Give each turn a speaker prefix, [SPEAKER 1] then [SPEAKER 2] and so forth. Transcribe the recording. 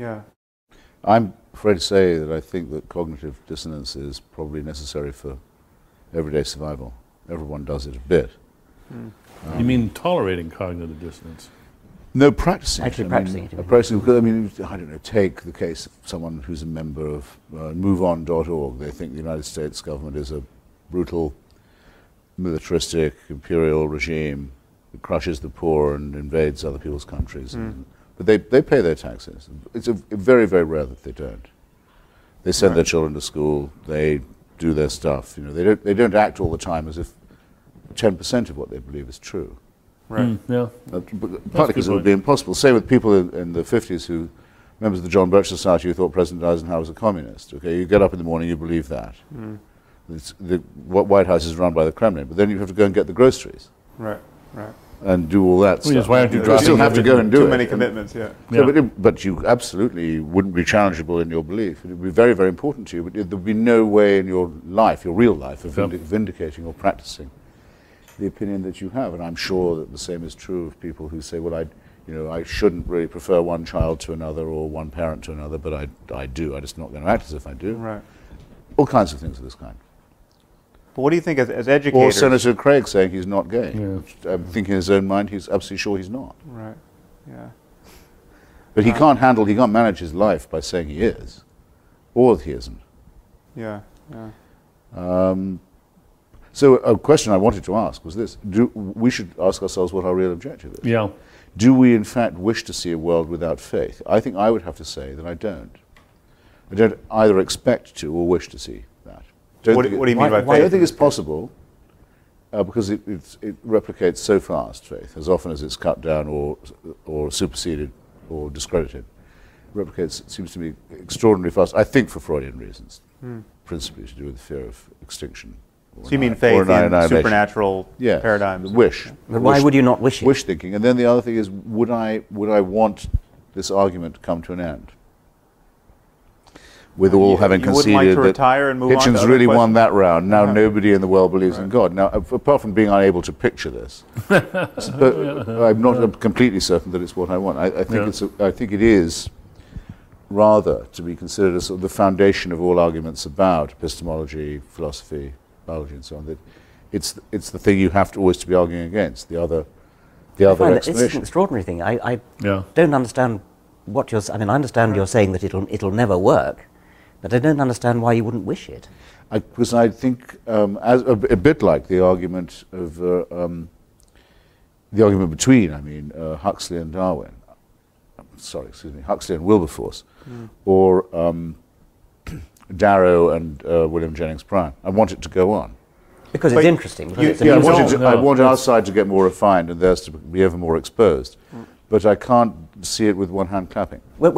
[SPEAKER 1] Yeah.
[SPEAKER 2] I'm afraid to say that I think that cognitive dissonance is probably necessary for everyday survival. Everyone does it a bit.
[SPEAKER 1] Mm.
[SPEAKER 2] Um,
[SPEAKER 3] You mean tolerating cognitive dissonance?
[SPEAKER 2] No, practicing.
[SPEAKER 4] Actually
[SPEAKER 2] I
[SPEAKER 4] practicing
[SPEAKER 2] Mean,
[SPEAKER 4] it.
[SPEAKER 2] uh, practicing because I mean, I don't know. Take the case of someone who's a member of uh, MoveOn.org. They think the United States government is a brutal, militaristic, imperial regime that crushes the poor and invades other people's countries.
[SPEAKER 4] Hmm.
[SPEAKER 1] Mm.
[SPEAKER 2] And- but they, they pay their taxes. It's a, very very rare that they don't. They send their children to school. They do their stuff. You know, they don't they don't act all the time as if ten percent of what they believe is true.
[SPEAKER 1] Right.
[SPEAKER 3] Mm, yeah.
[SPEAKER 2] Uh, b- partly
[SPEAKER 3] a good
[SPEAKER 2] because it would
[SPEAKER 3] point.
[SPEAKER 2] be impossible. Same with people in, in the 50s who, members of the John Birch Society, who thought President Eisenhower was a communist. Okay, you get up in the morning, you believe that.
[SPEAKER 3] Hmm.
[SPEAKER 1] Mm.
[SPEAKER 2] It's, the Wh- White House is run by the Kremlin, but then you have to go and get the groceries
[SPEAKER 1] Right. Right.
[SPEAKER 2] and do all that
[SPEAKER 3] Well,
[SPEAKER 2] stuff.
[SPEAKER 3] yes, why aren't you
[SPEAKER 2] you still
[SPEAKER 3] dropping
[SPEAKER 2] have to go
[SPEAKER 3] everything?
[SPEAKER 2] and do
[SPEAKER 1] Too
[SPEAKER 2] it.
[SPEAKER 1] many
[SPEAKER 2] And-
[SPEAKER 1] commitments. Yeah.
[SPEAKER 2] yeah,
[SPEAKER 3] Yeah.
[SPEAKER 2] but, it- but you absolutely wouldn't be challengeable in your belief. It would be very, very important to you, but there would be no way in your life, your real life, of
[SPEAKER 3] Yeah.
[SPEAKER 2] vindic- vindicating or practicing the opinion that you have. And I'm sure that the same is true of people who say, well, I, you know, I shouldn't really prefer one child to another or one parent to another, but I, I do. I'm just not going to act as if I do.
[SPEAKER 1] Right.
[SPEAKER 2] All kinds of things of this kind.
[SPEAKER 1] But what do you think as, as
[SPEAKER 2] Or
[SPEAKER 1] educators?
[SPEAKER 2] Senator Craig saying he's not gay.
[SPEAKER 3] Yeah.
[SPEAKER 2] I'm thinking in his own mind, he's absolutely sure he's not.
[SPEAKER 1] Right. Yeah. Uh,
[SPEAKER 2] But he
[SPEAKER 1] Right.
[SPEAKER 2] can't handle, he can't manage his life by saying he is or that he isn't.
[SPEAKER 1] Yeah. Yeah.
[SPEAKER 2] Um, so a question I wanted to ask was this: Do we should ask ourselves what our real objective is?
[SPEAKER 3] Yeah.
[SPEAKER 2] Do we in fact wish to see a world without faith? I think I would have to say that I don't. I don't either expect to or wish to see that. Don't
[SPEAKER 1] What do-
[SPEAKER 2] think
[SPEAKER 1] what do you mean by
[SPEAKER 2] I don't
[SPEAKER 1] faith?
[SPEAKER 2] think it's possible uh, because it, it's, it replicates so fast. Faith, as often as it's cut down or or superseded or discredited, replicates it seems to me extraordinarily fast. I think for Freudian reasons
[SPEAKER 1] Hmm.
[SPEAKER 2] principally to do with the fear of extinction. or
[SPEAKER 1] So you mean
[SPEAKER 2] anni- or
[SPEAKER 1] faith in
[SPEAKER 2] annihilation.
[SPEAKER 1] supernatural
[SPEAKER 2] Yes,
[SPEAKER 1] paradigms?
[SPEAKER 2] the Wish.
[SPEAKER 4] But why
[SPEAKER 2] wish,
[SPEAKER 4] would you not wish it?
[SPEAKER 2] wish thinking? And then the other thing is, would I would I want this argument to come to an end? With all
[SPEAKER 1] You-
[SPEAKER 2] having
[SPEAKER 1] you wouldn't
[SPEAKER 2] conceded
[SPEAKER 1] like to
[SPEAKER 2] that
[SPEAKER 1] retire and move on to
[SPEAKER 2] Hitchens
[SPEAKER 1] other
[SPEAKER 2] really won
[SPEAKER 1] questions?
[SPEAKER 2] that round. Now
[SPEAKER 1] Uh-huh.
[SPEAKER 2] nobody in the world believes in
[SPEAKER 1] Right.
[SPEAKER 2] God. Now, a- apart from being unable to picture this, so, uh, I'm not uh, completely certain that it's what I want. I, I think
[SPEAKER 3] Yeah.
[SPEAKER 2] it's. A, I think it is rather to be considered as sort of the foundation of all arguments about epistemology, philosophy, biology, and so on. That it's it's the thing you have to always to be arguing against. The other, the
[SPEAKER 4] I
[SPEAKER 2] other
[SPEAKER 4] find that It's an
[SPEAKER 2] explanation.
[SPEAKER 4] extraordinary thing. I, I
[SPEAKER 3] Yeah.
[SPEAKER 4] don't understand what you're. s- I mean, I understand you're saying that it'll it'll never work, but I don't understand why you wouldn't wish it.
[SPEAKER 2] I, because I think um, as a, b- a bit like the argument of uh, um, the argument between, I mean, uh, Huxley and Darwin. Um, Sorry, excuse me, Huxley and Wilberforce,
[SPEAKER 4] Hmm.
[SPEAKER 2] or um, Darrow and uh, William Jennings Bryan. I want it to go on.
[SPEAKER 4] Because
[SPEAKER 1] But
[SPEAKER 4] it's interesting. Because
[SPEAKER 1] you-
[SPEAKER 4] it's
[SPEAKER 2] Yeah, I
[SPEAKER 3] you
[SPEAKER 4] amusing.
[SPEAKER 2] want,
[SPEAKER 3] don't
[SPEAKER 2] it to, I
[SPEAKER 3] know.
[SPEAKER 2] want our side to get more refined and theirs to be ever more exposed. But I can't see it with one hand clapping.
[SPEAKER 4] When,